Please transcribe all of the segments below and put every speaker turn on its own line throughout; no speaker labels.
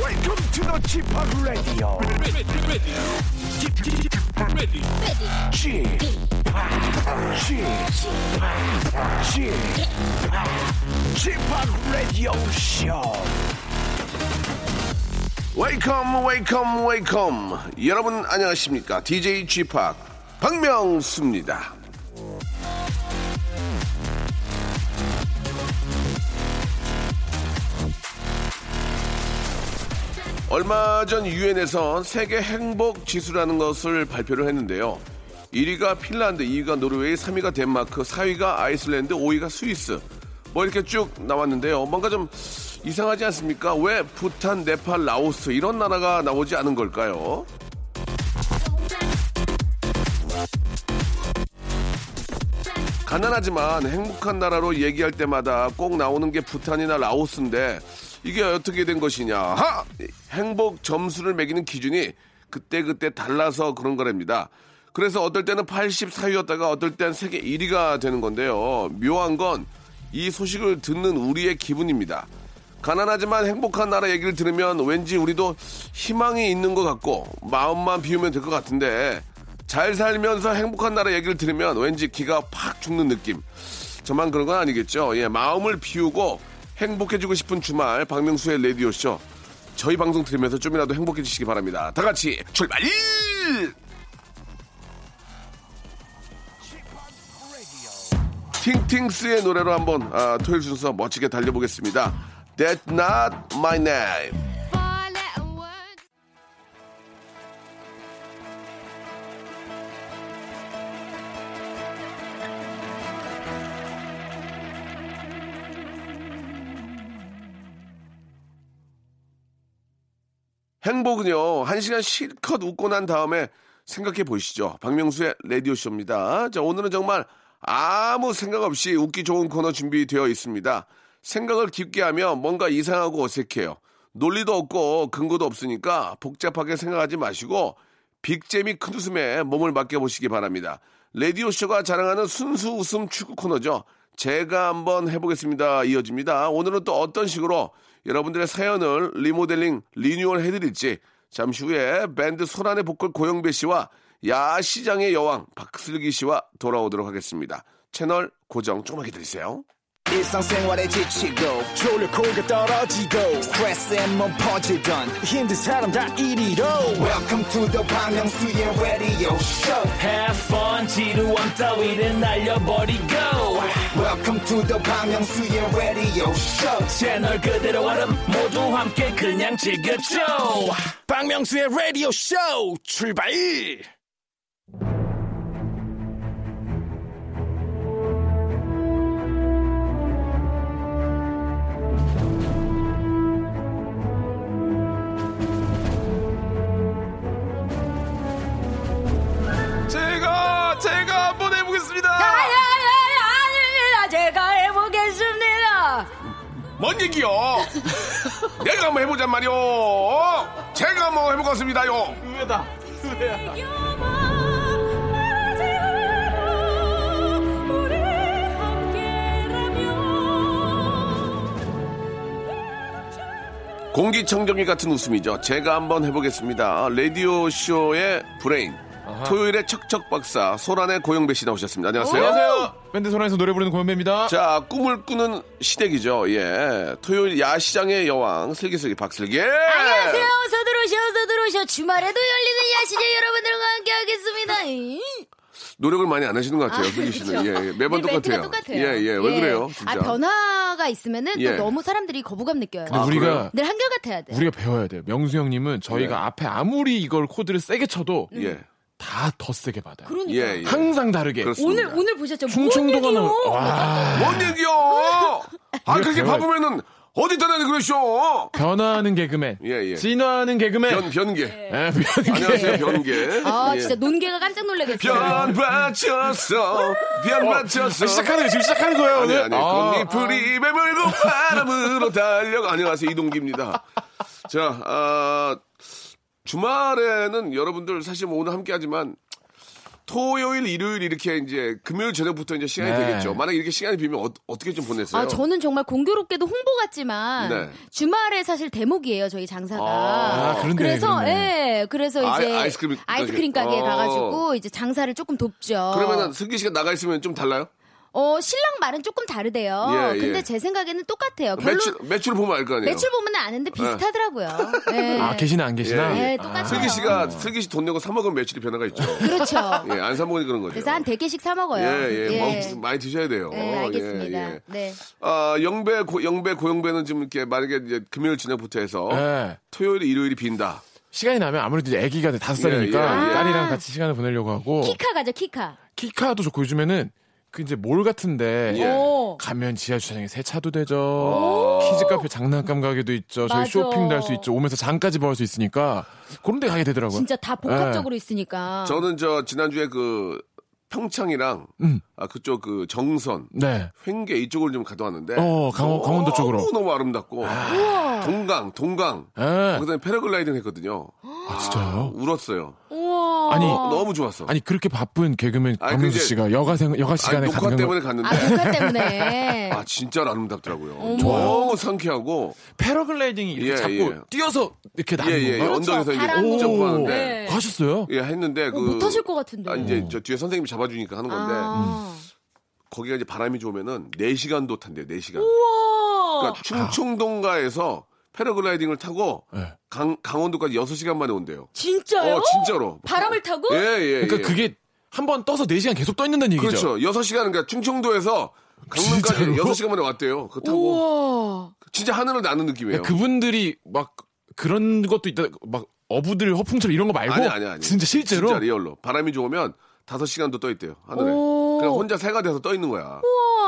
Welcome to the Chip Radio. Chip Chip Chip Radio Show.
웨이컴 웨이컴 웨이컴 여러분 안녕하십니까 DJ g p 박명수입니다 얼마 전 유엔에서 세계 행복 지수라는 것을 발표를 했는데요 1위가 핀란드 2위가 노르웨이 3위가 덴마크 4위가 아이슬란드 5위가 스위스 뭐 이렇게 쭉 나왔는데요 뭔가 좀 이상하지 않습니까 왜 부탄 네팔 라오스 이런 나라가 나오지 않은 걸까요 가난하지만 행복한 나라로 얘기할 때마다 꼭 나오는 게 부탄이나 라오스인데 이게 어떻게 된 것이냐? 하! 행복 점수를 매기는 기준이 그때그때 달라서 그런 거랍니다. 그래서 어떨 때는 84위였다가 어떨 땐 세계 1위가 되는 건데요. 묘한 건 이 소식을 듣는 우리의 기분입니다. 가난하지만 행복한 나라 얘기를 들으면 왠지 우리도 희망이 있는 것 같고 마음만 비우면 될 것 같은데 잘 살면서 행복한 나라 얘기를 들으면 왠지 기가 팍 죽는 느낌. 저만 그런 건 아니겠죠. 예, 마음을 비우고 행복해지고 싶은 주말 박명수의 레디오쇼. 저희 방송 들으면서 좀이라도 행복해지시기 바랍니다. 다 같이 출발! 팅팅스의 노래로 한번 아, 토요일 순서 멋지게 달려보겠습니다. That's not my name.
Four letter words.
행복은요, 한 시간 실컷 웃고 난 다음에 생각해 보시죠. 박명수의 라디오쇼입니다. 자, 오늘은 정말 아무 생각 없이 웃기 좋은 코너 준비되어 있습니다. 생각을 깊게 하면 뭔가 이상하고 어색해요. 논리도 없고 근거도 없으니까 복잡하게 생각하지 마시고 빅잼이 큰 웃음에 몸을 맡겨보시기 바랍니다. 라디오쇼가 자랑하는 순수 웃음 축구 코너죠. 제가 한번 해보겠습니다. 이어집니다. 오늘은 또 어떤 식으로 여러분들의 사연을 리모델링, 리뉴얼 해드릴지 잠시 후에 밴드 소란의 보컬 고영배 씨와 야시장의 여왕 박슬기 씨와 돌아오도록 하겠습니다. 채널 고정 조금만 기다리세요.
일상생활에 지치고, 졸려 코가 떨어지고, 스트레스에 몸 퍼지던, 힘든 사람 다 이리로. welcome to the Bang Myung-soo's radio show
Have fun 지루한 따위를 날려버리고
welcome to the Bang Myung-soo's radio show
채널 그대로 와름 모두 함께 그냥 즐겨줘 박명수의 라디오 쇼 출발
제가 제가 한번 해보겠습니다.
아니, 아니, 아닙니다. 제가 해보겠습니다.
뭔 얘기요? 내가 한번 해보잔 말이오. 제가 한번 해보겠습니다요. 공기청정기 같은 웃음이죠. 제가 한번 해보겠습니다. 아, 라디오 쇼의 브레인. 토요일의 척척 박사 소란의 고영배 씨 나오셨습니다. 안녕하세요.
안녕하세요. 밴드 소란에서 노래 부르는 고현배입니다.
자, 꿈을 꾸는 시댁이죠. 예. 토요일 야시장의 여왕 슬기슬기 박슬기.
안녕하세요. 어서 들어오셔, 어서 들어오셔. 주말에도 열리는 야시장 여러분들과 함께 하겠습니다. 잉?
노력을 많이 안 하시는 것 같아요. 슬기 씨는.
그렇죠.
예, 예. 매번
네, 멘트가
똑같아요. 예, 예. 왜
예.
그래요? 진짜.
아, 변화가 있으면은
예.
또 너무 사람들이 거부감 느껴요. 네.
아, 그래요?
우리가
늘 한결같아야 돼.
우리가 배워야 돼요. 명수 형님은 저희가
예.
앞에 아무리 이걸 코드를 세게 쳐도
예.
다 더 세게 받아요.
그러니까.
예, 예.
항상 다르게.
그렇습니다.
오늘, 오늘 보셨죠?
충청도가
뭔
나.
얘기요?
와.
뭔 얘기요? 아, 그렇게
배워야-
바보면은 어디 떠나는 그러쇼?
변화하는 개그맨.
예, 예.
진화하는 개그맨.
변, 변계.
예, 변-
안녕하세요, 변계.
네. 아,
예.
진짜 논개가 깜짝 놀라겠어요.
변 받쳤어. 변 받쳤어.
아, 시작하는 거예요. 지금 시작하는 거예요.
아니
오늘?
아니
아,
꽃잎풀이 매물고 바람으로 달려가 안녕하세요 이동기입니다. 자 아, 주말에는 여러분들 사실 뭐 오늘 함께하지만 토요일, 일요일 이렇게 이제 금요일 저녁부터 이제 시간이
네.
되겠죠. 만약 이렇게 시간이 비면 어, 떻게좀 보내세요?
아, 저는 정말 공교롭게도 홍보 같지만
네.
주말에 사실 대목이에요 저희 장사가.
아,
그런데,
그래서
그러네.
예, 그래서
아,
이제
아이스크림 가게.
아이스크림 가게에
어.
가가지고 이제 장사를 조금 돕죠.
그러면은 승기 씨가 나가 있으면 좀 달라요?
어 신랑 말은 조금 다르대요.
예, 예.
근데 제 생각에는 똑같아요. 별로
매출 매출 보면 알 거 아니에요.
매출 보면 아는데 비슷하더라고요. 예.
아, 계시나 안 계시나?
예,
예, 똑같아요.
슬기 씨가 슬기 씨 돈 내고 사 먹으면 매출이 변화가 있죠.
그렇죠.
예, 안 사 먹으니 그런 거죠.
그래서 한 100개씩 사 먹어요.
예, 예,
예.
마음 많이 드셔야 돼요.
네, 알겠습니다.
어, 예, 예.
네.
아, 영배, 고, 영배, 고영배는 지금 이렇게 만약에 이제 금요일 저녁부터 해서
예.
토요일, 일요일이 빈다.
시간이 나면 아무래도 이제 아기가 이제 다섯
예,
살이니까
예, 예.
딸이랑 같이 시간을 보내려고 하고
키카 가죠, 키카.
키카도 좋고 요즘에는 그 이제 몰 같은데
예.
오.
가면 지하 주차장에 세차도 되죠. 키즈 카페 장난감 가게도 있죠. 저희
맞아.
쇼핑도 할 수 있죠. 오면서 장까지 먹을 수 있으니까 그런 데 가게 되더라고요.
진짜 다 복합적으로
아.
있으니까.
예. 저는 저 지난주에 그 평창이랑
음.
아, 그쪽 그 정선,
네.
횡계 이쪽을 좀 갔다 왔는데.
어, 강원- 강원도 쪽으로.
너무 너무 아름답고. 동강, 동강.
예.
그다음에 패러글라이딩 했거든요.
아, 진짜요?
울었어요.
우와.
아니,
너무 좋았어.
아니 그렇게 바쁜 개그맨
아니,
박명수
근데-
씨가 여가 생 여가
아니,
시간에
녹화
가는 건
때문에 갔는데.
아, 네. 녹화 때문에. 어,
아 진짜 아름답더라고요. 너무 상쾌하고
패러글라이딩이 이렇게
예,
잡고
예.
뛰어서 이렇게 나는
예예
건가? 그
언덕에서 이제
바람 불고.
점프하는데
네.
가셨어요?
예 했는데
어,
그
못하실 것 같은데.
아, 이제 저 뒤에 선생님이 잡아주니까 하는 건데
음.
음.
아.
거기가 이제 바람이 좋으면은 4 시간도 탄대요 4 시간.
우와.
그러니까 충청동가에서 패러글라이딩을 타고
네.
강 강원도까지 6 시간 만에 온대요.
진짜요?
어 진짜로.
바람을 타고?
예예.
그러니까 그게 한 번 떠서 4시간 계속 떠 있는다는 얘기죠.
그렇죠. 6 시간 그러니까 충청도에서 강릉까지
진짜로?
6 시간 만에 왔대요. 그거 타고 그러니까.
우와.
진짜 하늘을 나는 느낌이에요.
그러니까 그분들이 막 그런 것도 있다 막 어부들 허풍처럼 이런 거 말고
아니 아니 아니.
진짜 실제로
진짜 리얼로 바람이 좋으면 다섯 시간도 떠 있대요 하늘에.
오.
그냥 혼자 새가 돼서 떠 있는 거야.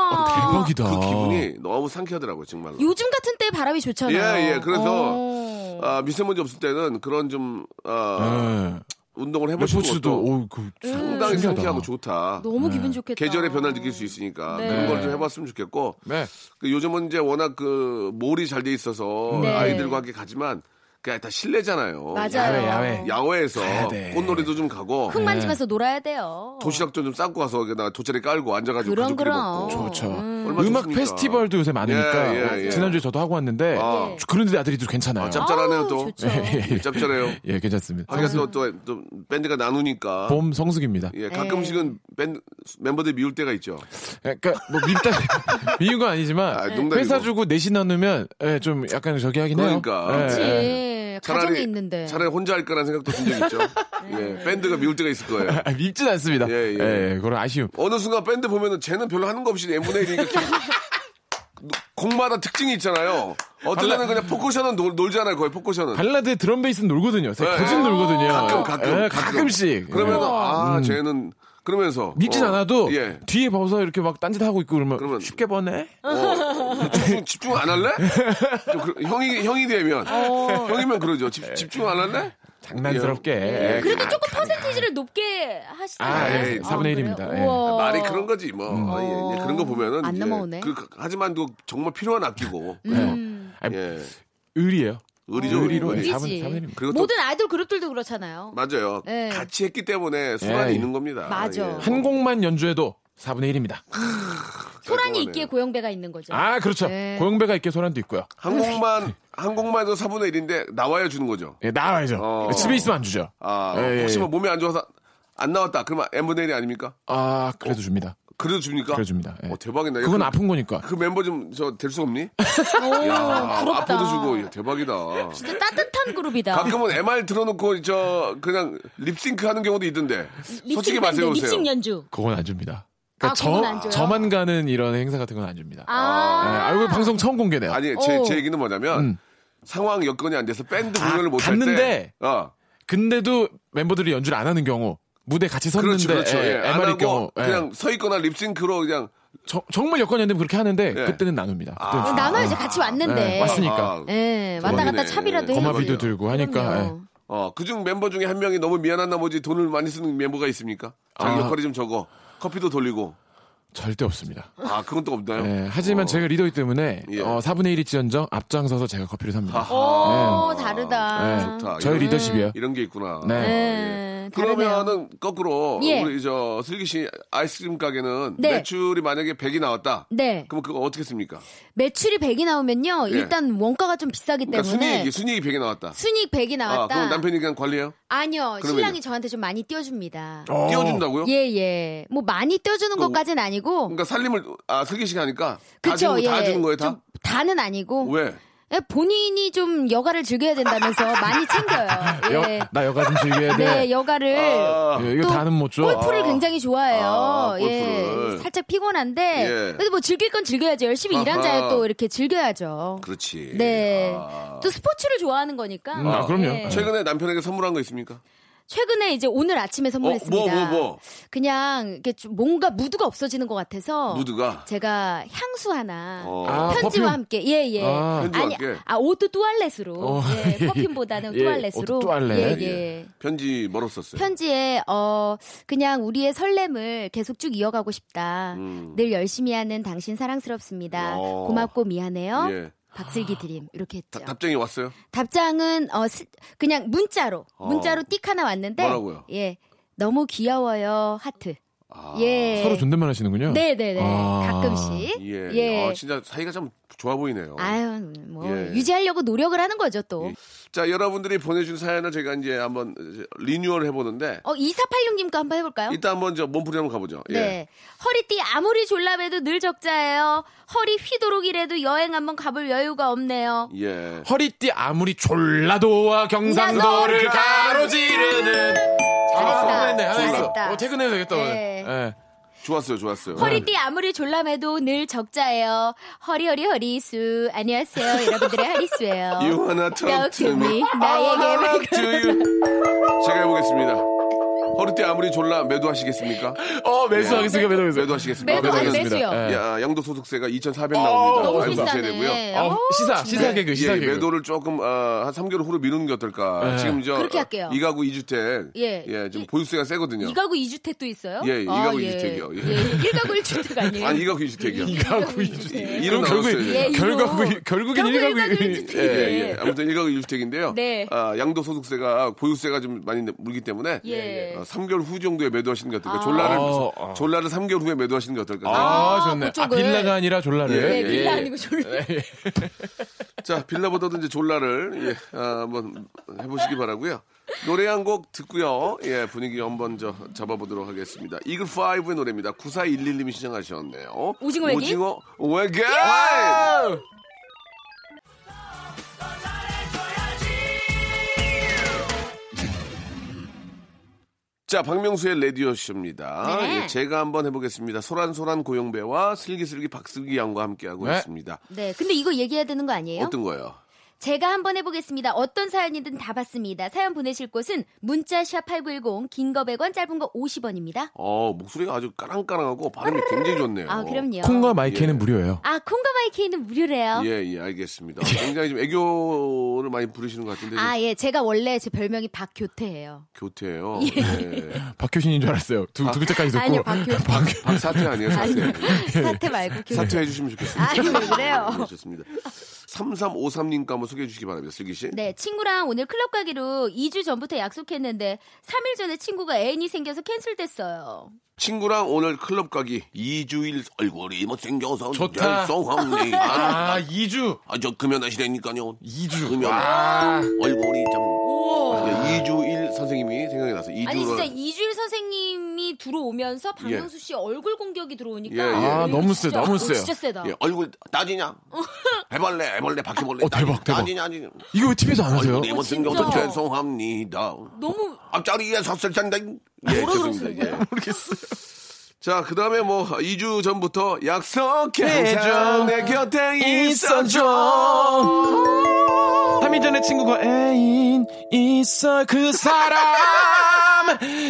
어, 대박이다.
그 기분이 너무 상쾌하더라고요 정말로.
요즘 같은 때 바람이 좋잖아요.
예예. 그래서
어.
아, 미세먼지 없을 때는 그런 좀 아,
예.
운동을 해보시는
레포츠도
것도
오, 그
상당히
신기하다.
상쾌하고 좋다.
너무 기분 좋겠다.
음. 계절의 변화를 느낄 수 있으니까
네.
그런 걸 좀 해봤으면 좋겠고
네.
그 요즘은 이제 워낙 그 몰이 잘 돼 있어서
네.
아이들과 함께 가지만 그냥 다 실내잖아요.
맞아요.
야외, 야외.
야외에서
가야 돼.
꽃놀이도 좀 가고
흙 만지면서 놀아야 돼요.
도시락도 좀 싸고 가서 여기다가 돗자리 깔고 앉아가지고
그럼,
가족끼리
그럼.
먹고
그렇죠.
얼마나
음악
좋습니까?
페스티벌도 요새 많으니까
예, 예, 예.
지난주에 저도 하고 왔는데
아.
그런데 아들이 또 괜찮아요.
아, 짭짤하네요
아우,
또.
좋죠. 예,
예, 짭짤해요.
예, 괜찮습니다.
하긴 또또 또 밴드가 나누니까.
봄 성숙입니다.
네.
예, 가끔씩은 밴드 멤버들 이 미울 때가 있죠.
그러니까 뭐 밉다 미운 건 아니지만
아, 농담이고.
회사 주고 내신 나누면 예, 좀 약간 저기 하긴
그러니까.
해요.
그치.
예, 예.
가정이 있는데. 네.
차라리 혼자 할 거라는 생각도 든 적 있죠. 예, 밴드가 미울 때가 있을 거예요.
아, 밉진 않습니다.
예, 예.
그런 아쉬움.
어느 순간 밴드 보면은 쟤는 별로 하는 거 없이 m 분의 1이니까 곡마다 특징이 있잖아요. 어떤 때는 그냥 포커션은 놀, 놀잖아요. 거의 포커션은.
발라드 드럼 베이스는 놀거든요.
예.
거진 놀거든요.
가끔 가끔
예, 가끔씩.
그러면
예.
아 쟤는 그러면서
밉진
어,
않아도
예.
뒤에 봐서 이렇게 막 딴짓 하고 있고 그러면,
그러면-
쉽게 보네.
어, 집중, 집중 안 할래? 좀 그- 형이 형이 되면
어.
형이면 그러죠. 집, 집중 안 할래?
장난스럽게. 예.
그래도
아,
조금 퍼센티지를 높게 하시잖아요.
아, 예,
아,
4분의
그래요?
1입니다. 예.
우와.
말이 그런 거지 뭐. 아, 예, 이제 그런 거 보면은
어. 안
이제
넘어오네.
그- 그- 하지만 또 정말 필요한 악기고.
네. 아니,
예. 어.
의리예요.
의리죠.
음. 의리로
의리.
예,
의리지.
4분, 4분의 1입니다.
그리고 또
모든 아이돌 그룹들도 그렇잖아요.
맞아요.
예.
같이 했기 때문에 수반이
예.
있는 겁니다.
맞아.
한 곡만 연주해도 4분의 1입니다.
아.
소란이
깔끔하네요.
있기에 고영배가 있는 거죠.
아, 그렇죠.
네.
고영배가 있게 소란도 있고요.
한 곡만 한 곡만 해도 4분의 1인데 나와야 주는 거죠.
예, 나와야죠.
어.
집에 있으면 안 주죠.
아,
예, 예,
혹시 뭐
예.
몸이 안 좋아서 안 나왔다. 그러면 n분의 1이 아닙니까?
아, 그래도 줍니다.
그래도 줍니까?
그래 줍니다. 예.
어, 대박이다.
그건
그-
아픈 거니까.
그 멤버 좀 저 될 수 없니?
오,
아,
부럽다.
아포도 주고 야, 대박이다.
진짜 따뜻한 그룹이다.
가끔은 MR 틀어놓고 저 그냥 립싱크 하는 경우도 있던데.
립싱
솔직히
밴드,
말씀해 보세요.
립싱 연주.
그건 안 줍니다. 그러니까
아, 그건 안
저,
줘요?
저만 가는 이런 행사 같은 건 안 줍니다.
아,
예, 아, 이거 방송 처음 공개네요.
아니 제,
오.
제 얘기는 뭐냐면
음.
상황 여건이 안 돼서 밴드 공연을
아,
못 할 때.
갔는데
어,
근데도 멤버들이 연주를 안 하는 경우, 무대 같이 섰는데
그렇죠, 그렇죠. 예, 안
MR일
하고
경우, 예.
그냥 서 있거나 립싱크로 그냥
저- 정말 여건이 안 되면 그렇게 하는데
예.
그때는 나눕니다. 그때는
어,
줍니다.
나눠야지 같이 왔는데.
예, 왔으니까.
아,
예, 왔다 갔다
대박이네.
차비라도 해야지.
대박이에요.
거마비도 들고 하니까. 예.
그럼요.
어, 그중 멤버 중에 한 명이 너무 미안한 나머지 돈을 많이 쓰는 멤버가 있습니까? 자기
아.
역할이 좀 적어. 커피도 돌리고.
절대 없습니다.
아, 그건 또 없나요?
예, 하지만 제가 리더이기 때문에
어. 예.
어, 4분의 1이지연정 앞장서서 제가 커피를 삽니다.
어.
아하.
오, 다르다.
예.
아, 좋다.
저희
이런-
리더십이에요.
이런 게 있구나.
네.
어, 예.
예. 네, 다르네요.
그러면은 거꾸로
예.
우리 저 슬기 씨 아이스크림 가게는
네.
매출이 만약에 100이 나왔다.
네.
그럼 그거 어떻게 씁니까?
매출이 100이 나오면요.
예.
일단 원가가 좀 비싸기
그러니까
때문에
순이익이 순이익 100이 나왔다.
순익 100이
아,
네, 나왔다.
그럼 남편이 그냥 관리해요?
아니요.
그러면요? 어?
신랑이 저한테 좀 많이 띄워줍니다.
어.
띄워준다고요?
예, 예. 뭐 많이 띄워주는 것까지는 아니고.
그러니까 살림을 아 슬기 씨가 하니까 다
그쵸,
주는
예.
다 주는 거예요 다?
좀 다는 아니고.
왜?
예, 본인이 좀 여가를 즐겨야 된다면서 많이 챙겨요. 예.
여, 나 여가 좀 즐겨야 돼.
네, 여가를.
아,
예, 이거
또
다는 못 줘.
골프를 굉장히 좋아해요.
아, 골프를.
예. 살짝 피곤한데.
예.
그래도 뭐 즐길 건 즐겨야죠. 열심히
아하.
일한 자에 또 이렇게 즐겨야죠.
그렇지.
네.
아.
또 스포츠를 좋아하는 거니까.
음, 아, 그럼요.
예.
최근에 남편에게 선물한 거 있습니까?
최근에 이제 오늘 아침에
뭐,
선물했습니다.
뭐, 뭐?
그냥 이렇게 좀 뭔가 무드가 없어지는 것 같아서
무드가?
제가 향수 하나
어.
아,
편지와
퍼퓸?
함께 예예
아.
편지와
니
함께?
아 옷도 뚜알렛으로
어.
예, 퍼퓸보다는
예,
뚜알렛으로
옷도 뚜알렛.
예, 예.
편지 뭐로 썼어요?
편지에 어 그냥 우리의 설렘을 계속 쭉 이어가고 싶다. 늘 열심히 하는 당신 사랑스럽습니다.
음. 어.
고맙고 미안해요.
예.
박슬기 드림 이렇게 했죠.
다- 답장이 왔어요?
답장은 어 스- 그냥 문자로 문자로 띡 하나 왔는데
어. 뭐라고요?
예 너무 귀여워요 하트
아.
예
서로 존댓말 하시는군요.
네네네
아.
가끔씩
예.
예,
아, 진짜 사이가 참 좋아 보이네요.
아유 뭐
예.
유지하려고 노력을 하는 거죠 또.
예. 자, 여러분들이 보내준 사연을 제가 이제 한번 리뉴얼 해보는데,
어 2486님 거 한번 해볼까요?
일단 한번 저 몸풀이 한번 가보죠. 예.
어? 네. 허리띠 아무리 졸라매도 늘 적자예요. 허리 휘도록이라도 여행 한번 가볼 여유가 없네요.
예.
허리띠 아무리 졸라도와 경상도를
경상도를
가로지르는
잘했다.
잘했네, 하나 있어.
잘했다.
어, 퇴근해도 되겠다 오늘.
네.
예.
좋았어요, 좋았어요. 예.
허리띠 아무리 졸라매도 늘 적자예요. 허리허리 허리수. 안녕하세요. 여러분들의 허리수예요.
유하나
Talk to me. 나에게 말
제가 해보겠습니다. 허리띠 아무리 졸라 매도하시겠습니까?
어 매수하겠습니다 매도 매수.
네. 매도하시겠습니다.
매도, 아니,
매도하겠습니다.
매수요.
예.
야, 양도 소득세가 2,400
어,
나옵니다.
너무
그래서
비싸네.
주셔야 되고요. 아,
어,
어우,
시사
정말.
시사 개그 시사
예,
개그.
매도를 조금 어, 한 3개월 후로 미루는 게 어떨까?
예.
지금 저
그렇게 할게요.
이가구 2주택
예.
지금
이-
보유세가 세거든요.
이가구 2주택도 있어요?
예, 이가구 이주택이요. 예.
예. 예, 1가구 1주택 아니에요?
아니 이가구 2주택이요.
이가구
예.
이주택.
이름 나왔어요,
예, 이름.
결국 결국은
결국
일가구
일가구
이-
일주택.
예, 예. 아무튼 일가구 1주택인데요.
네.
아, 양도 소득세가 보유세가 좀 많이 물기 때문에
예.
어, 3개월 후 정도에 매도하시는 게 어떨까? 졸라를
아, 아.
졸라를 3개월 후에 매도하시는 게 어떨까?
아,
아,
좋네. 아,
그쪽을.
빌라가 아니라 졸라를.
네,
예,
빌라 아니고 졸라.
자, 빌라보다도 이제 졸라를 예, 아, 한번 해보시기 바라고요. 노래 한 곡 듣고요. 예, 분위기 한번 저 잡아보도록 하겠습니다. 이글 5의 노래입니다. 9411님이 신청하셨네요.
오징어 외계인?
오징어 외계. 자, 박명수의 라디오 쇼입니다.
네.
예, 제가 한번 해보겠습니다. 소란소란 고용배와 슬기슬기 박슬기 양과 함께하고
네.
있습니다.
네, 근데 이거 얘기해야 되는 거 아니에요?
어떤 거예요?
제가 한번 해보겠습니다. 어떤 사연이든 다 받습니다. 사연 보내실 곳은 문자 샵 #8910, 긴 거 100원, 짧은 거 50원입니다.
어, 목소리가 아주 까랑까랑하고 발음이 굉장히 좋네요.
아, 그럼요.
콩과 마이크는
예.
무료예요.
아, 콩과 마이케이는 무료래요.
예, 예, 알겠습니다. 굉장히 좀 애교를 많이 부르시는 것 같은데
아,
좀
예, 제가 원래 제 별명이 박교태예요.
교태예요. 예.
박효신인 줄 알았어요. 두, 두 글자까지 듣고.
아니요, 박교태.
사퇴 아니에요, 사퇴.
아니요, 사태 말고 교태.
네. 예, 사퇴해 주시면 좋겠습니다.
아니, 왜 그래요?
네, 좋습니다. 3353님과 한번 소개해 주시기 바랍니다, 슬기 씨.
네, 친구랑 오늘 클럽 가기로 2주 전부터 약속했는데 3일 전에 친구가 애인이 생겨서 캔슬됐어요.
친구랑 오늘 클럽 가기 2주일 얼굴이 못생겨서
좋다.
죄송합니 아,
아, 2주.
저 금연하시라니까요.
2주.
금연.
아.
얼굴이 참. 아, 2주일 선생님이 생각이 나서 2주로.
아니 진짜 이주일 선생님이 들어오면서 박명수 씨 얼굴 공격이 들어오니까
예, 예.
아,
이거 진짜-
너무 세다, 너무
어,
세요.
진짜 세다.
예, 얼굴 따지냐? 해벌레, 해벌레, 바퀴벌레.
어, 대박, 대박.
따지냐, 아니냐?
이거 왜 TV에서 안 하세요?
얼굴이
어,
못생겨서
진짜.
죄송합니다.
너무
앞자리에 섰을 텐데. 예,
뭐라
좋습니다.
그러시는 거예요?
예. 모르겠어요. 자, 그 다음에 뭐, 2주 전부터 약속해줘.
해줘.
내 곁에 있어줘.
있어줘. 3일 전에 친구가 애인 있어 그 사람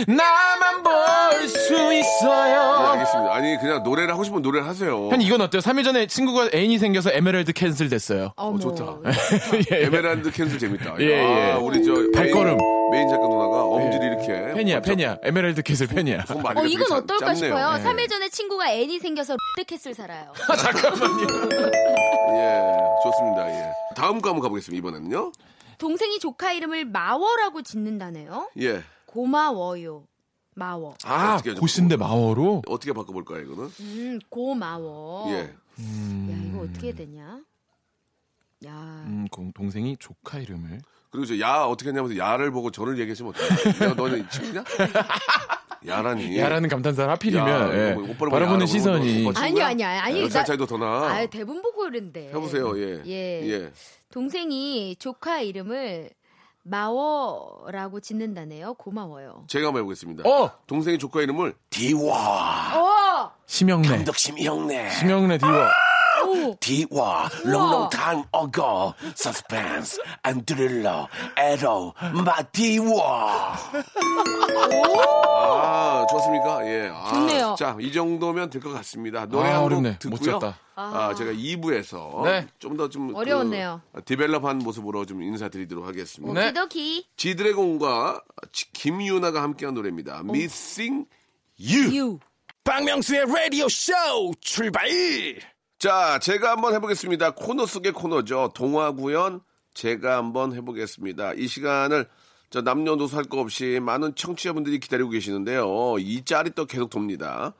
나만 볼 수
네,
있어요.
알겠습니다. 아니, 그냥 노래를 하고 싶으면 노래를 하세요.
형 이건 어때요? 3일 전에 친구가 애인이 생겨서 에메랄드 캔슬 됐어요.
어머.
좋다.
예, 예.
에메랄드 캔슬 재밌다.
예,
아,
예.
우리 저. 메인-
발걸음.
메인 작가 누나가 엄지를 이렇게.
팬이야, 팬이야. 에메랄드 캔슬 팬이야.
손 많이
어 이건
되게 짜-
어떨까
짰네요.
싶어요. 3일 전에 친구가 애인이 생겨서 롯데캐슬 살아요.
예, 좋습니다. 예. 다음 거 한번 가보겠습니다. 이번에는요.
동생이 조카 이름을 마워라고 짓는다네요.
예.
고마워요. 마워.
아
어떻게 해줘?
고신데 마어로
어떻게 바꿔볼까요, 이거는?
음, 고마워.
예.
야, 이거 어떻게 해야 되냐? 야.
음, 공- 동생이 조카 이름을
그리고 이제 야 어떻게 했냐면서 야를 보고 저를 얘기하시면 어떡해요? 야, 너는 친구냐? 야라니.
야라는 감탄사를 하필이면
예. 야,
예,
뭐, 오빠를
바라보는
보고
시선이
야라고 그러는 거
아니요, 아니요, 아니요.
몇살
나-
차이도 더 나.
아, 대본 보고 그랬는데.
해보세요, 예.
예.
예.
동생이 조카 이름을 마워라고 짓는다네요. 고마워요.
제가 한번 해보겠습니다.
어
동생의 조카 이름을 디와.
어!
심형래
김덕심 형네.
심형래
아.
디워
디와.
우와.
롱롱 타임 어거. 서스펜스. 안 드릴러. 에로. 마 디와. 아, 좋습니까? 예. 아,
좋네요.
자, 이 정도면 될 것 같습니다. 노래
아,
한 곡
어렵네.
듣고요.
못 쳤다.
아, 제가 2부에서
네.
좀 더 좀. 그
어려웠네요.
디벨롭한 모습으로 좀 인사드리도록 하겠습니다.
네.
오키도키.
지드래곤과 지- 김유나가 함께한 노래입니다. Missing You.
유.
박명수의 라디오 쇼 출발
자, 제가 한번 해보겠습니다. 코너 속의 코너죠. 동화 구연 제가 한번 해보겠습니다. 이 시간을 저 남녀노소 할 거 없이 많은 청취자분들이 기다리고 계시는데요. 이 짤이 또 계속 돕니다.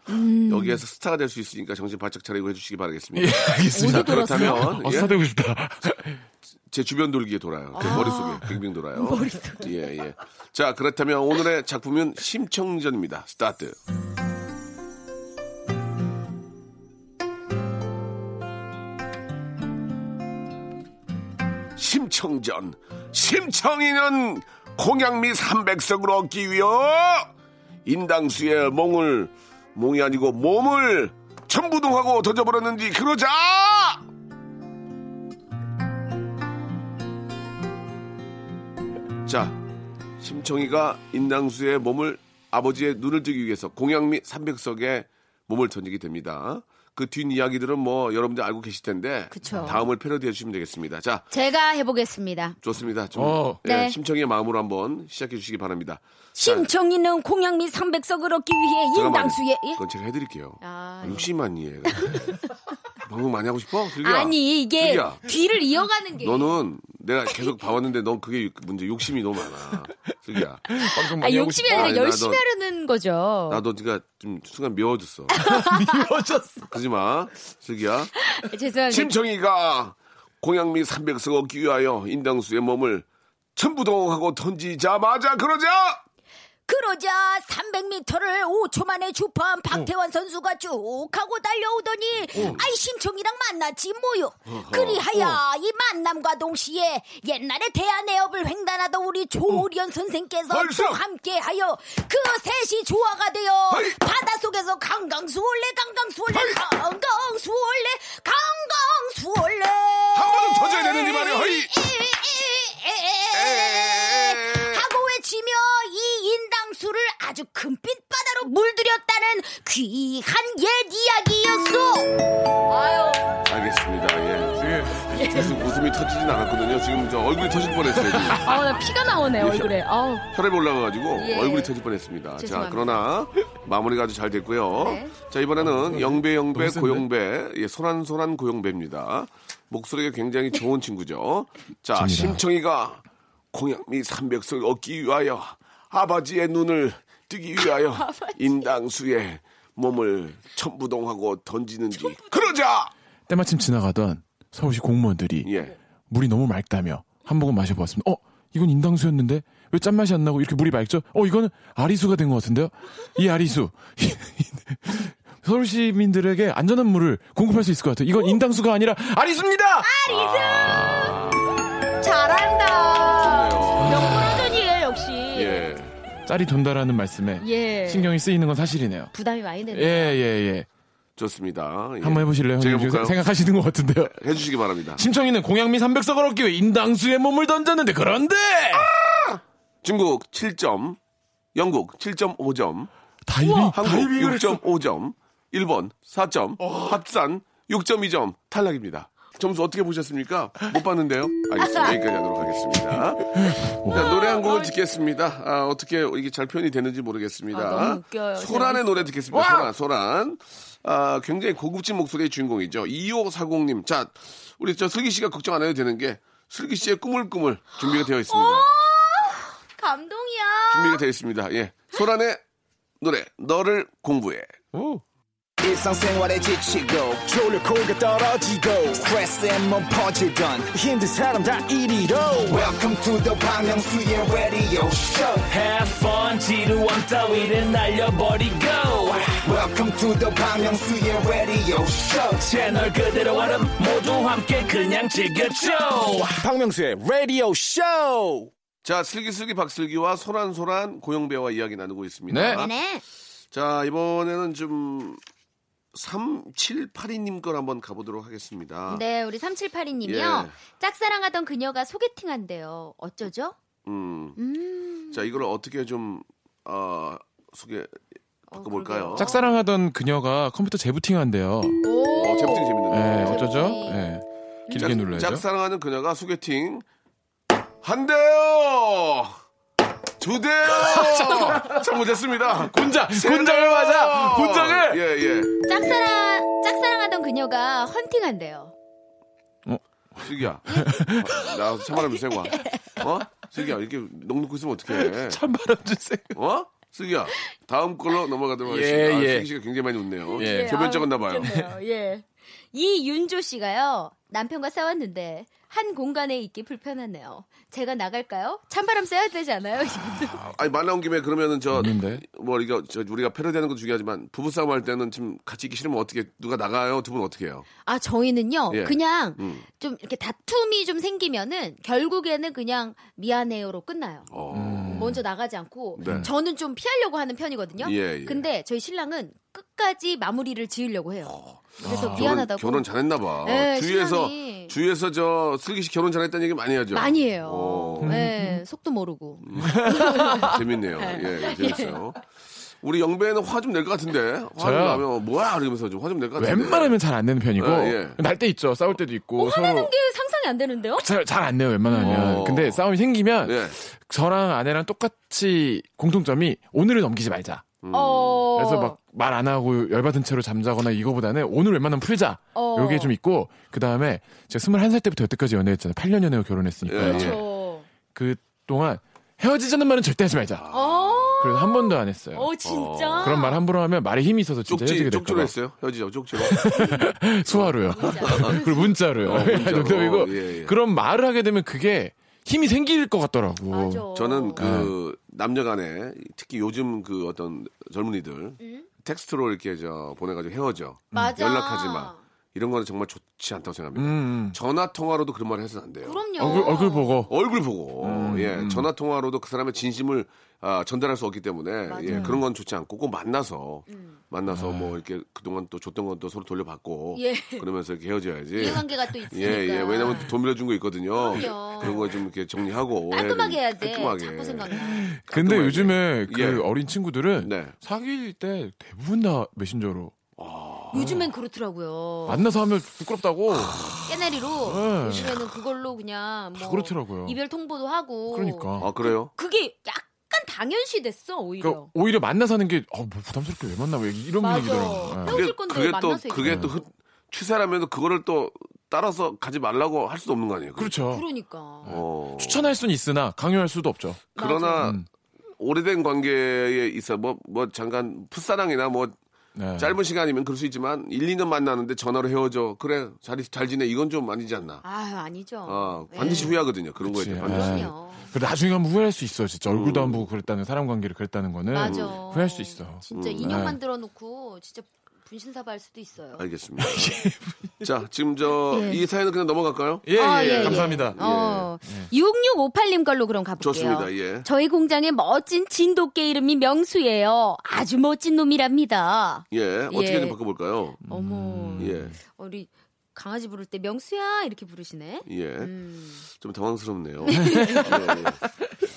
여기에서 스타가 될 수 있으니까 정신 바짝 차리고 해주시기 바라겠습니다.
예, 알겠습니다.
어디 돌았어요?
아, 그렇다면
어,
예,
사되고 싶다.
제 주변 돌기에 돌아요. 제 머릿속에 빙빙 돌아요. 머릿속에. 예, 예. 자, 그렇다면 오늘의 작품은 심청전입니다. 스타트. 심청전. 심청이는 공양미 300석을 얻기 위여 인당수의 몽을 몽이 아니고 몸을 천부동하고 던져버렸는지 그러자 자, 심청이가 인당수의 몸을 아버지의 눈을 뜨기 위해서 공양미 300석에 몸을 던지게 됩니다. 그 뒷이야기들은 뭐 여러분들 알고 계실 텐데
그쵸.
다음을 패러디해 주시면 되겠습니다. 자,
제가 해보겠습니다.
좋습니다. 좀
어.
예,
네.
심청이의 마음으로 한번 시작해 주시기 바랍니다.
심청이는 공양미 300석을 얻기 위해
잠깐만요.
인당수에 예?
그건 제가 해드릴게요.
아, 예.
욕심만 이해. 방송 많이 하고 싶어? 슬기야.
아니 이게
슬기야.
뒤를 이어가는 게
너는 내가 계속 봐왔는데 넌 그게 문제 욕심이 너무 많아. 슬기야.
방송
아,
많이 하고
욕심이 아니라
아니,
열심히
나도-
하려는 거죠.
나도 네가 좀 순간 미워졌어.
미워졌어.
그러지 마. 슬기야.
아, 죄송합니다.
심청이가 공양미 300석 얻기 위하여 인당수의 몸을 천부동하고 던지자마자 그러자
그러자 300m를 5초 만에 주파한 박태환 선수가 쭉 하고 달려오더니 아이 심청이랑 만났지 뭐요. 그리하여 이 만남과 동시에 옛날에 대한해협을 횡단하던 우리 조련 선생께서
벌써!
또 함께하여 그 셋이 조화가 되어
아이!
바닷속에서 강강수월래 강강수월래 강강수월래 강강수월래
한 번은 터져야 되는데 말이야. 허이!
예. 에에에에에에에에에에에에에에에에에에에에에에에에에에에에에에에에에에에 하고 외치며 이 인당수를 아주 금빛 바다로 물들였다는 귀한 옛 이야기였소. 아유,
알겠습니다. 예. 지금 웃음이 터지진 않았거든요. 지금 저 얼굴이 터질 뻔했어요. 지금.
아, 나 피가 나오네 얼굴에. 아우,
혈압이 올라가가지고
예.
얼굴이 터질 뻔했습니다. 자
죄송합니다.
그러나 마무리가 아주 잘 됐고요.
네.
자 이번에는 영배 영배
어, 너무 센데?
고영배 예, 소란소란 고영배입니다. 목소리가 굉장히 좋은 친구죠. 자 심청이가 공양미 300석을 얻기 위하여 아버지의 눈을 뜨기 위하여 인당수의 몸을 천부동하고 던지는지 그러자
때마침 지나가던 서울시 공무원들이
예
물이 너무 맑다며 한 모금 마셔보았습니다. 어, 이건 인당수였는데 왜 짠맛이 안 나고 이렇게 물이 맑죠? 어, 이거는 아리수가 된 것 같은데요? 이 아리수. 서울 시민들에게 안전한 물을 공급할 수 있을 것 같아요. 이건 인당수가 아니라 아리수입니다!
잘한다.
좋네요. 어.
명불허전이에요 역시.
예
짤이 돈다라는 말씀에
예.
신경이 쓰이는 건 사실이네요.
부담이 많이
예, 예,
되네.
예.
좋습니다. 예.
한번 해보실래요?
제가
형님? 지금
볼까요?
생각하시는 것 같은데요.
해주시기 바랍니다.
심청이는 공양미 300석을 얻기 위해 인당수의 몸을 던졌는데 그런데
중국 7점, 영국 7.5점,
다이빙
한국 6.5점, 일본 4점,
어.
합산 6.2점 탈락입니다. 점수 어떻게 보셨습니까? 못 봤는데요. 알겠습니다. 여기까지 하도록 하겠습니다. 자, 노래 한 곡을 듣겠습니다. 아, 어떻게 이게 잘 표현이 되는지 모르겠습니다.
아, 너무 웃겨요.
소란의 노래 듣겠습니다. 소란, 소란. 아, 굉장히 고급진 목소리의 주인공이죠. 2540님. 자, 우리 저 슬기 씨가 걱정
어!
안 해도 되는 게 슬기 씨의 꾸물꾸물 준비가 되어 있습니다.
감동이야.
준비가 되어 있습니다. 예. 소란의 노래, 너를 공부해.
오.
일상생활에 지치고, 졸려 코가 떨어지고, 스트레스에 몸 퍼지던, 힘든 사람 다 이리로. welcome to the Bang Myung-soo's radio show
Have fun 지루함 따위를 날려버리고
welcome to the Bang Myung-soo's radio show
채널 그대로 얼음 모두 함께 그냥 즐겨줘
박명수의 라디오 쇼
자, 슬기슬기 박슬기와 소란소란 고영배와 이야기 나누고 있습니다.
네.
네.
자, 이번에는 좀 3782님 걸 한번 가보도록 하겠습니다.
네, 우리 3782님이요.
예.
짝사랑하던 그녀가 소개팅한대요. 어쩌죠?
음. 자, 이걸 어떻게 좀, 어, 소개, 바꿔볼까요?
어, 그러게요. 짝-
짝사랑하던 그녀가 컴퓨터 재부팅한대요.
오.
어, 재밌게
예,
재밌는데.
어쩌죠?
재부팅.
예.
짝-
길게 눌러야죠.
짝사랑하는 그녀가 소개팅 한대요. 두 대요. 잘못했습니다.
군자,
세 대요! 예, 예.
짝사랑 짝사랑하던 그녀가 헌팅한대요.
슬기야.
예.
나 찬바람 좀 쐬고 와. 어? 슬기야, 이렇게 넉넉히 있으면 어떡해.
찬바람 주세요.
어? 슬기야. 다음 걸로 넘어가도록
예,
하겠습니다.
예.
아, 슬기 씨가 굉장히 많이 웃네요.
예.
아,
저변 적었나 봐요.
그렇네요. 예. 이윤조 씨가요. 남편과 싸웠는데 한 공간에 있기 불편하네요. 제가 나갈까요? 찬바람 쐬야 되지 않아요?
아니 말 나온 김에 그러면은 저
아닌데.
뭐 이거 저 우리가 패러디하는 것도 중요하지만 부부 싸움 할 때는 지금 같이 있기 싫으면 어떻게 누가 나가요? 두 분 어떻게 해요?
아, 저희는요.
예.
그냥
음.
좀 이렇게 다툼이 좀 생기면은 결국에는 그냥 미안해요로 끝나요.
어.
음.
먼저 나가지 않고
네.
저는 좀 피하려고 하는 편이거든요.
예, 예.
근데 저희 신랑은 끝까지 마무리를 지으려고 해요. 그래서
아,
미안하다고
결혼, 결혼 잘했나 봐.
네,
주위에서
신랑이.
주위에서 저 슬기 씨 결혼 잘했다는 얘기 많이 하죠. 어.
많이 해요.
오.
네, 속도 모르고.
음. 재밌네요. 예, 재밌어요. 우리 영배는 화 좀 낼 것 같은데. 화 좀
저요?
나면 뭐야 이러면서 좀 화 좀 낼 것 같은데.
웬만하면 잘 안 내는 편이고
아, 예.
날 때 있죠. 싸울 때도 있고
어, 화내는 게 상상이 안 되는데요?
잘잘 안 내요. 웬만하면.
어.
근데 싸움이 생기면
예.
저랑 아내랑 똑같이 공통점이 오늘을 넘기지 말자.
음.
어.
그래서 막 말 안 하고 열받은 채로 잠자거나 이거보다는 오늘 웬만하면 풀자.
어.
요게 좀 있고 그다음에 제가 21살 때부터 여태까지 연애했잖아요. 8년 연애하고 결혼했으니까.
예, 예.
어.
그동안 헤어지자는 말은 절대 하지 말자.
어.
아. 그래서 한 번도 안 그렇죠. 했어요.
어, 진짜.
그런 말 함부로 하면 말에 힘이 있어서 진짜
쪽지
헤어지게
쪽지로
될까봐
했어요. 헤어지죠. 쪽지로.
수화로요 그리고 문자로요
어, 문자로.
농담이고
예, 예.
그런 말을 하게 되면 그게 힘이 생길 것 같더라고
맞아.
어.
저는 그
네.
남녀간에 특히 요즘 그 어떤 젊은이들 텍스트로 이렇게 저 보내가지고 헤어져.
음? 맞아.
연락하지 마. 이런 거는 정말 좋지 않다고 생각합니다.
음,
전화 통화로도 그런 말을 해서는 안 돼요.
그럼요.
얼굴, 얼굴 보고
얼굴 보고
음,
예 전화 통화로도 그 사람의 진심을 아, 전달할 수 없기 때문에 예, 그런 건 좋지 않고 꼭 만나서
음.
만나서
네.
뭐 이렇게 그동안 또 줬던 건 또 서로 돌려받고
예.
그러면서 이렇게 헤어져야지
이해관계가 또 있으니까.
예, 예. 왜냐면 돈 빌려준 거 있거든요.
그럼요.
런 거 좀 이렇게 정리하고. 예,
깔끔하게 해야 돼.
깔끔하게.
자꾸 생각나.
근데
깔끔하게.
요즘에 그
예.
어린 친구들은
네.
사귈 때 대부분 다 메신저로
아.
요즘엔 그렇더라고요.
만나서 하면 부끄럽다고
아, 깨내리로
네.
요즘에는 그걸로 그냥
다
뭐
그렇더라고요
이별 통보도 하고
그러니까
아, 그래요?
그게 약간 당연시 됐어 오히려.
그러니까 오히려 만나서 하는 게 어, 뭐 부담스럽게 왜 만나 왜 이런
맞아.
분위기더라고 예.
헤어질 건데
그게 또,
만나서
그게
얘기해.
또 흩- 추세라면 그거를 또 따라서 가지 말라고 할 수도 없는 거 아니에요?
그렇죠
그러니까.
어.
추천할 수는 있으나 강요할 수도 없죠
그러나
음.
오래된 관계에 있어 뭐 뭐 잠깐 풋사랑이나 뭐
네.
짧은 시간이면 그럴 수 있지만 1, 2년 만나는데 전화로 헤어져 그래 잘, 잘 지내 이건 좀 아니지 않나
아유 아니죠.
아 반드시
예.
후회하거든요 그런 거에 대해
네. 그치.
반드시
아.
그럼요.
그 나중에 가면 후회할 수 있어 진짜
음.
얼굴도 안 보고 그랬다는 사람 관계를 그랬다는 거는
맞아.
후회할 수 있어
진짜
음.
네.
인형 만들어 놓고 진짜 분신사발 수도 있어요.
알겠습니다 자 지금 저 이 사연은 그냥 넘어갈까요
예,
아,
예,
예,
감사합니다
어, 6658님 걸로 그럼 가볼게요.
예. 좋습니다, 예.
저희 공장의 멋진 진돗개 이름이 명수예요. 아주 멋진 놈이랍니다.
예 어떻게
예.
좀 바꿔볼까요
어머,
음. 예
우리 강아지 부를 때 명수야 이렇게 부르시네. 음.
예.
음.
좀 당황스럽네요. 예,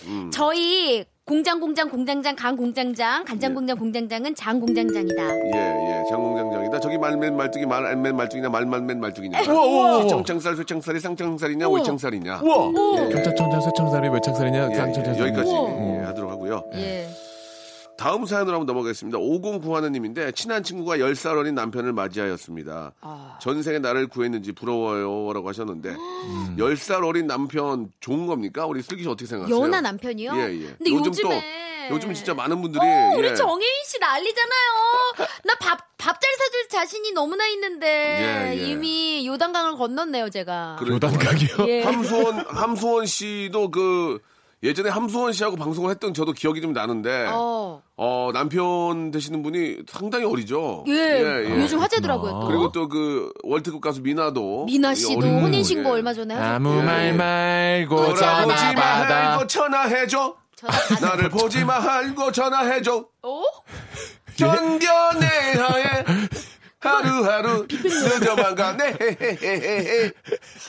음.
저희 공장 공장 공장장 강 공장장 간장 공장 공장장은 장 공장장이다.
예, 예. 장공장장이다. 저기 말맨 말뚝이 말안맨 말뚝이냐 말만맨 말뚝이냐.
우와.
시청창살, 쇠창살이 쌍창살이냐 오이창살이냐.
어! 우와 경찰청장 세청살이 외창살이냐
예,
쌍청장
예, 여기까지 예, 하도록 하고요.
예.
다음 사연으로 한번 넘어가겠습니다. 5091님인데 친한 친구가 10살 어린 남편을 맞이하였습니다.
아.
전생에 나를 구했는지 부러워요라고 하셨는데 10살 어린 남편 좋은 겁니까? 우리 슬기 씨 어떻게 생각하세요?
연하 남편이요?
예, 예.
근데
요즘
요즘에
또 요즘 진짜 많은 분들이
어, 우리
예.
정혜인 씨 난리잖아요. 나 밥 밥잘 사줄 자신이 너무나 있는데
예, 예.
이미 요단강을 건넜네요, 제가.
그래요.
요단각이요?
예.
함수원 함수원 씨도 그 예전에 함수원 씨하고 방송을 했던 저도 기억이 좀 나는데 어,
어.
남편 되시는 분이 상당히 어리죠.
예.
예, 예.
요즘 화제더라고요. 또.
그리고 또 그 월드컵 가수 미나도
어? 미나 씨도
어린-
혼인 신고
예.
얼마 전에 하셨.
아무
예, 예.
말 말고
돌아보지
전화받아.
말고 전화해줘. 나를 보지 말고 전화해줘.
어?
견뎌내 하에 하루하루 늦어만 가네. 헤헤헤헤.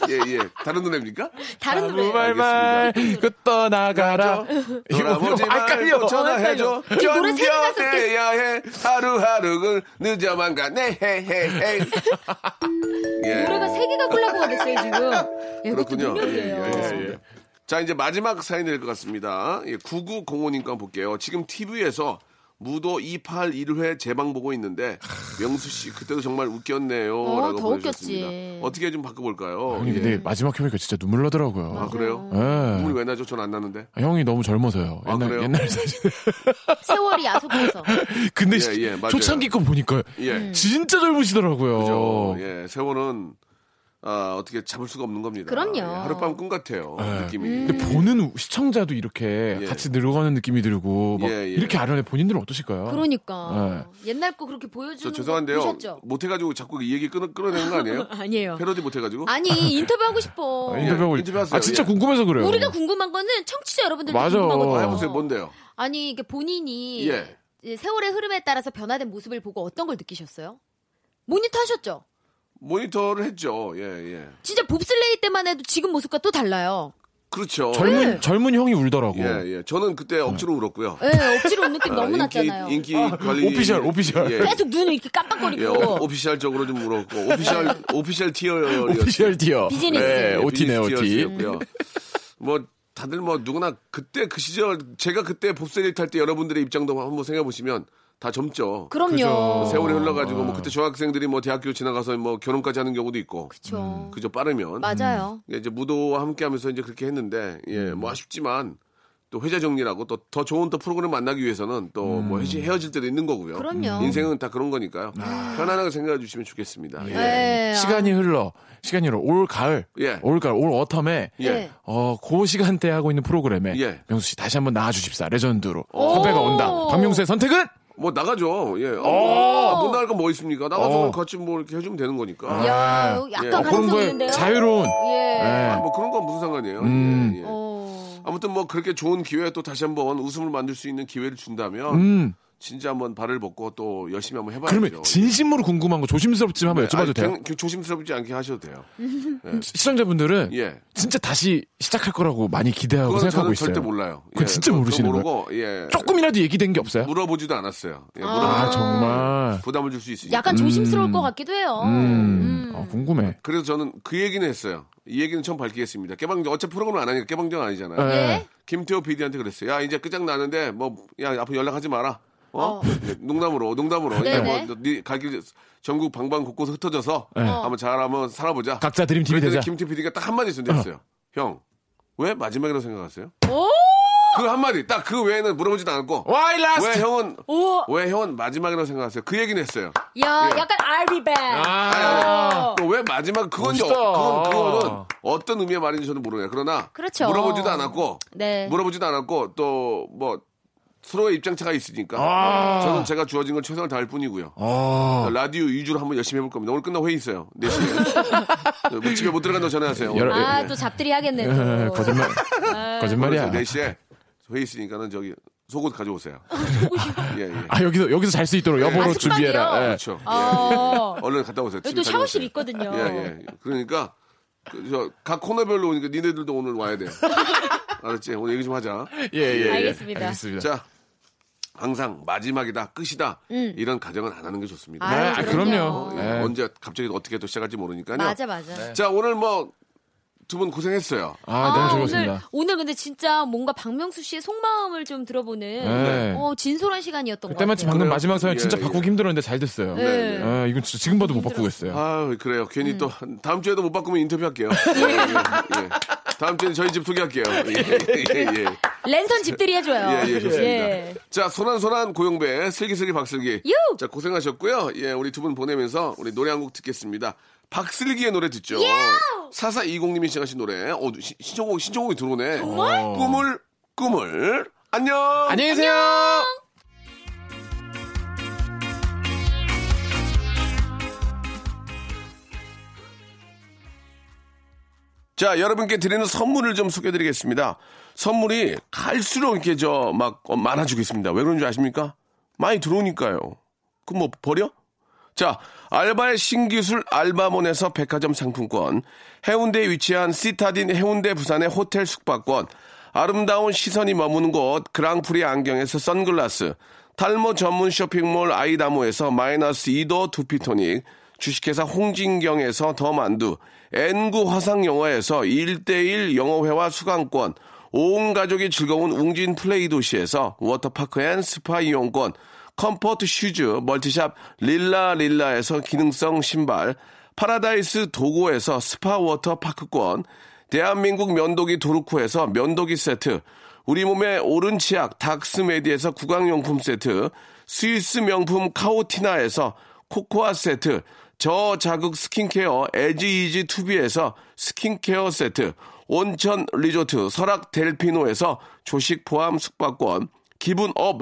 예, 예. 다른 노래입니까?
다른
네,
아무
노래.
말 말고 떠나가라.
돌아보지
아, 헷갈려.
말고 전화해줘.
이 노래 세 개가
견뎌내야 해. 하루하루 늦어만 가네. 헤헤헤. 예.
노래가 세 개가 콜라보가 됐어요 지금. 예, 그것도
그렇군요.
능력이에요.
예, 예. 자, 이제 마지막 사연이 될 것 같습니다. 예, 9905님과 한번 볼게요. 지금 TV에서 무도 281회 재방 보고 있는데 명수 씨 그때도 정말 웃겼네요.
어,
라고
더
보내주셨습니다.
웃겼지.
어떻게 좀 바꿔볼까요?
아니
예.
근데 마지막 해보니까 진짜 눈물 나더라고요.
아 그래요?
네.
예.
눈물이 왜 나죠? 전 안 나는데.
아, 형이 너무 젊어서요.
아,
옛날
그래요?
옛날 사진.
세월이 야속해서.
근데
예, 예, 맞아요.
초창기 건 보니까
예.
음.
진짜 젊으시더라고요. 어.
그죠? 예, 세월은 아, 어떻게 잡을 수가 없는 겁니다.
그럼요. 음.
예, 하룻밤 꿈 같아요.
예.
느낌이.
근데 보는 우- 시청자도 이렇게
예.
같이 늙어가는 느낌이 들고 막
예, 예.
이렇게 아련해 본인들은 어떠실까요?
그러니까 옛날 거 그렇게 보여주는
네. 저
거
죄송한데요.
보셨죠?
못해가지고 자꾸 이 얘기 끊어, 끌어내는 거 아니에요?
아니에요.
패러디 못해가지고?
아니 인터뷰하고 싶어.
아, 인터뷰하고
예, 인터뷰하세요.
아 진짜
예.
궁금해서 그래요.
우리가 궁금한 거는 청취자 여러분들도
맞아.
궁금하거든요.
아, 해보세요. 뭔데요?
아니 이게 본인이
예.
이제 세월의 흐름에 따라서 변화된 모습을 보고 어떤 걸 느끼셨어요? 모니터 하셨죠?
모니터를 했죠. 예, 예.
진짜 봅슬레이 때만 해도 지금 모습과 또 달라요.
그렇죠.
젊은 젊은 형이 울더라고.
예,
어.
예. 저는 그때 억지로 울었고요.
예, 억지로 웃는 게
아,
너무
인기,
났잖아요. 어.
인기 관리.
오피셜, 오피셜.
예.
계속 눈을 이렇게
예,
깜빡거리고 네.
오, 피셜적으로좀 울었고 오피셜 오피셜 티어였어요.
오피셜 디어.
비즈니스.
예, 오티네 오티.
였고요. 뭐 다들 뭐 누구나 그때 그 시절 제가 그때 봅스레이 탈 때 여러분들의 입장도 한번 생각해 보시면 다 젊죠.
그럼요.
어.
세월이 흘러가지고 뭐 그때 중학생들이 뭐 대학교 지나가서 뭐 결혼까지 하는 경우도 있고
그쵸.
음, 그저 빠르면
맞아요.
예, 이제 무도와 함께 하면서 이제 그렇게 했는데, 예,
음.
뭐 아쉽지만, 또 회자 정리라고 또 더 좋은 또 프로그램 만나기 위해서는 또 뭐
음.
헤어질 때도 있는 거고요. 음.
그럼요.
인생은 다 그런 거니까요.
아.
편안하게 생각해 주시면 좋겠습니다. 예.
예.
시간이 흘러. 시간이 흘러. 올 가을.
예.
올 가을. 올 어텀에
예.
예.
어, 그 시간대 하고 있는 프로그램에
예.
명수 씨 다시 한번 나와 주십사. 레전드로. 섭외가 온다. 박명수의 선택은
뭐 나가죠. 예. 아, 못 나갈 건 뭐 있습니까? 나가서
어.
같이 뭐 이렇게 해주면 되는 거니까.
야, 약간
예. 어,
그런
가능성
거에
있는데요.
자유로운
예.
아, 뭐 그런 건 무슨 상관이에요.
음.
예, 예.
어.
아무튼 뭐 그렇게 좋은 기회 또 다시 한번 웃음을 만들 수 있는 기회를 준다면
음.
진짜 한번 발을 벗고 또 열심히 한번 해봐야죠. 예. 네,
그러면 진심으로 궁금한 거 조심스럽지만 한번 여쭤봐도
아니,
돼요?
그냥 조심스럽지 않게 하셔도 돼요.
시청자분들은
예.
진짜 다시 시작할 거라고 많이 기대하고
그건 저는
생각하고 있어요.
절대 몰라요. 뭐
그건 진짜 모르시는 거예요?
모르고 예.
조금이라도 얘기된 게 없어요?
물어보지도 않았어요. 예, 물어보면
아, 정말.
부담을 줄 수 있으니까.
약간 조심스러울 것 같기도 해요.
음. 아, 궁금해.
그래서 저는 그 얘기는 했어요. 이 얘기는 처음 밝히겠습니다. 깨방정 어차피 프로그램 안 하니까 깨방정 아니잖아요.
예.
예?
김태호 PD한테 그랬어요. 야 이제 끝장 나는데 뭐 야 앞으로 연락하지 마라. 어?
어.
네, 농담으로 농담으로.
네네.
뭐네갈길 전국 방방 곳곳 흩어져서
예.
한번 잘 한번 살아보자.
각자 드림 팀이
그랬더니
되자.
그러니까 김태호 PD가 딱 한마디 전했어요. 형. 왜 마지막이라고 생각하세요?
오!
그 한마디 딱 그 외에는 물어보지도 않았고
와이
왜
라스트.
형은
오!
왜 형은 마지막이라고 생각하세요? 그 얘기는 했어요.
야,
예.
약간 I'll be back. 어.
아.
또 어, 왜 마지막 그건 이제
멋있다.
어- 그건 그거는 어떤 의미의 말인지 저는 모르겠어요. 그러나
그렇죠.
물어보지도 않았고
네.
물어보지도 않았고 또 뭐 서로의 입장차가 있으니까
아.
저는 제가 주어진 건 최선을 다할 뿐이고요.
아.
라디오 위주로 한번 열심히 해볼 겁니다. 오늘 끝나고 회의 있어요. 4시에. 뭐 집에 못 들어간다고 전화하세요.
여러-
오늘.
아,
네.
또 잡들이 하겠네. 또.
예, 거짓말.
어.
거짓말이야.
오늘 4시에 회의 있으니까는 저기 속옷 가져오세요. 예, 예.
아 여기서 여기서 잘 수 있도록 여보로
아, 숙박이요?
준비해라. 예.
그렇죠. 예,
어.
예. 얼른 갔다 오세요. 집에
또
갔다
샤워실
오세요.
있거든요.
예, 예. 그러니까 그, 저, 각 코너별로 오니까 니네들도 오늘 와야 돼요. 알았지? 오늘 얘기 좀 하자.
예, 예, 예.
알겠습니다.
알겠습니다.
자, 항상 마지막이다, 끝이다. 이런 가정은 안 하는 게 좋습니다.
음. 아유,
아, 그럼요.
예,
예.
언제 갑자기 어떻게 또 시작할지 모르니까요.
맞아, 맞아.
자, 오늘 뭐 두 분 고생했어요.
아, 너무
오늘,
즐거웠습니다.
오늘 근데 진짜 뭔가 박명수 씨의 속마음을 좀 들어보는
네.
어, 진솔한 시간이었던 것
때마침
같아요.
방금
그래요?
마지막 사연
예,
진짜
예.
바꾸기 힘들었는데 잘 됐어요.
네. 네.
아, 이건 진짜 지금 봐도 못 바꾸겠어요.
아 그래요. 괜히 또 다음 주에도 못 바꾸면 인터뷰할게요. 예, 예. 다음 주에는 저희 집 소개할게요. 예, 예, 예.
랜선 집들이 해줘요.
예, 예, 좋습니다.
예.
자, 소란소란 고용배, 슬기슬기 박슬기.
유!
자, 고생하셨고요. 예, 우리 두 분 보내면서 우리 노래 한 곡 듣겠습니다. 박슬기의 노래 듣죠. 사사 20님이 신청하신 노래. 어, 시- 신청곡 신청곡이 들어오네.
정말?
꿈을 꿈을. 안녕.
안녕히 계세요.
자, 여러분께 드리는 선물을 좀 소개해 드리겠습니다. 선물이 갈수록 이렇게 저 막 어, 많아지고 있습니다. 왜 그런지 아십니까? 많이 들어오니까요. 그럼 뭐 버려? 자, 알바의 신기술 알바몬에서 백화점 상품권, 해운대에 위치한 시타딘 해운대 부산의 호텔 숙박권, 아름다운 시선이 머무는 곳 그랑프리 안경에서 선글라스, 탈모 전문 쇼핑몰 아이다모에서 마이너스 2도 두피토닉, 주식회사 홍진경에서 더만두, N구 화상영어에서 1대1 영어회화 수강권, 온 가족이 즐거운 웅진 플레이 도시에서 워터파크 앤 스파 이용권, 컴포트 슈즈 멀티샵 릴라 릴라에서 기능성 신발, 파라다이스 도고에서 스파 워터 파크권, 대한민국 면도기 도르코에서 면도기 세트, 우리 몸의 오른 치약 닥스메디에서 구강용품 세트, 스위스 명품 카오티나에서 코코아 세트, 저자극 스킨케어 에지이지 투비에서 스킨케어 세트, 온천 리조트 설악 델피노에서 조식 포함 숙박권, 기분 업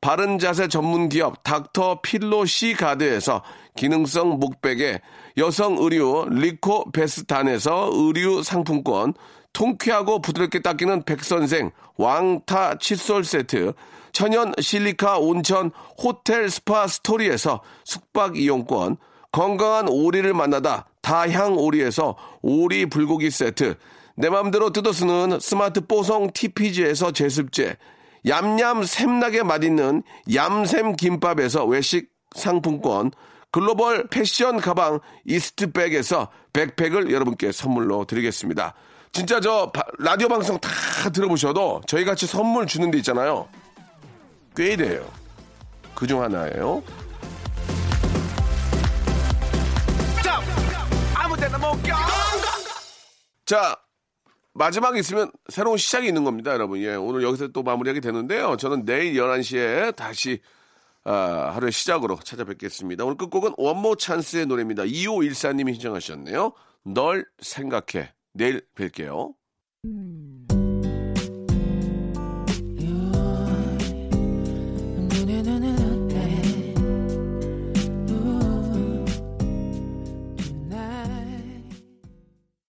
바른 자세 전문 기업 닥터 필로 시 가드에서 기능성 목베개, 여성 의류 리코 베스탄에서 의류 상품권, 통쾌하고 부드럽게 닦이는 백선생 왕타 칫솔 세트, 천연 실리카 온천 호텔 스파 스토리에서 숙박 이용권, 건강한 오리를 만나다 다향 오리에서 오리 불고기 세트, 내 맘대로 뜯어 쓰는 스마트 뽀송 TPG에서 제습제, 얌얌 샘나게 맛있는 얌샘 김밥에서 외식 상품권, 글로벌 패션 가방 이스트백에서 백팩을 여러분께 선물로 드리겠습니다. 진짜 저 바- 라디오 방송 다 들어보셔도 저희 같이 선물 주는 데 있잖아요. 꽤 돼요. 그 중 하나예요. 자, 마지막에 있으면 새로운 시작이 있는 겁니다, 여러분. 예, 오늘 여기서 또 마무리하게 되는데요. 저는 내일 11시에 다시 아, 하루의 시작으로 찾아뵙겠습니다. 오늘 끝곡은 원모 찬스의 노래입니다. 2514님이 신청하셨네요. 널 생각해. 내일 뵐게요.
음.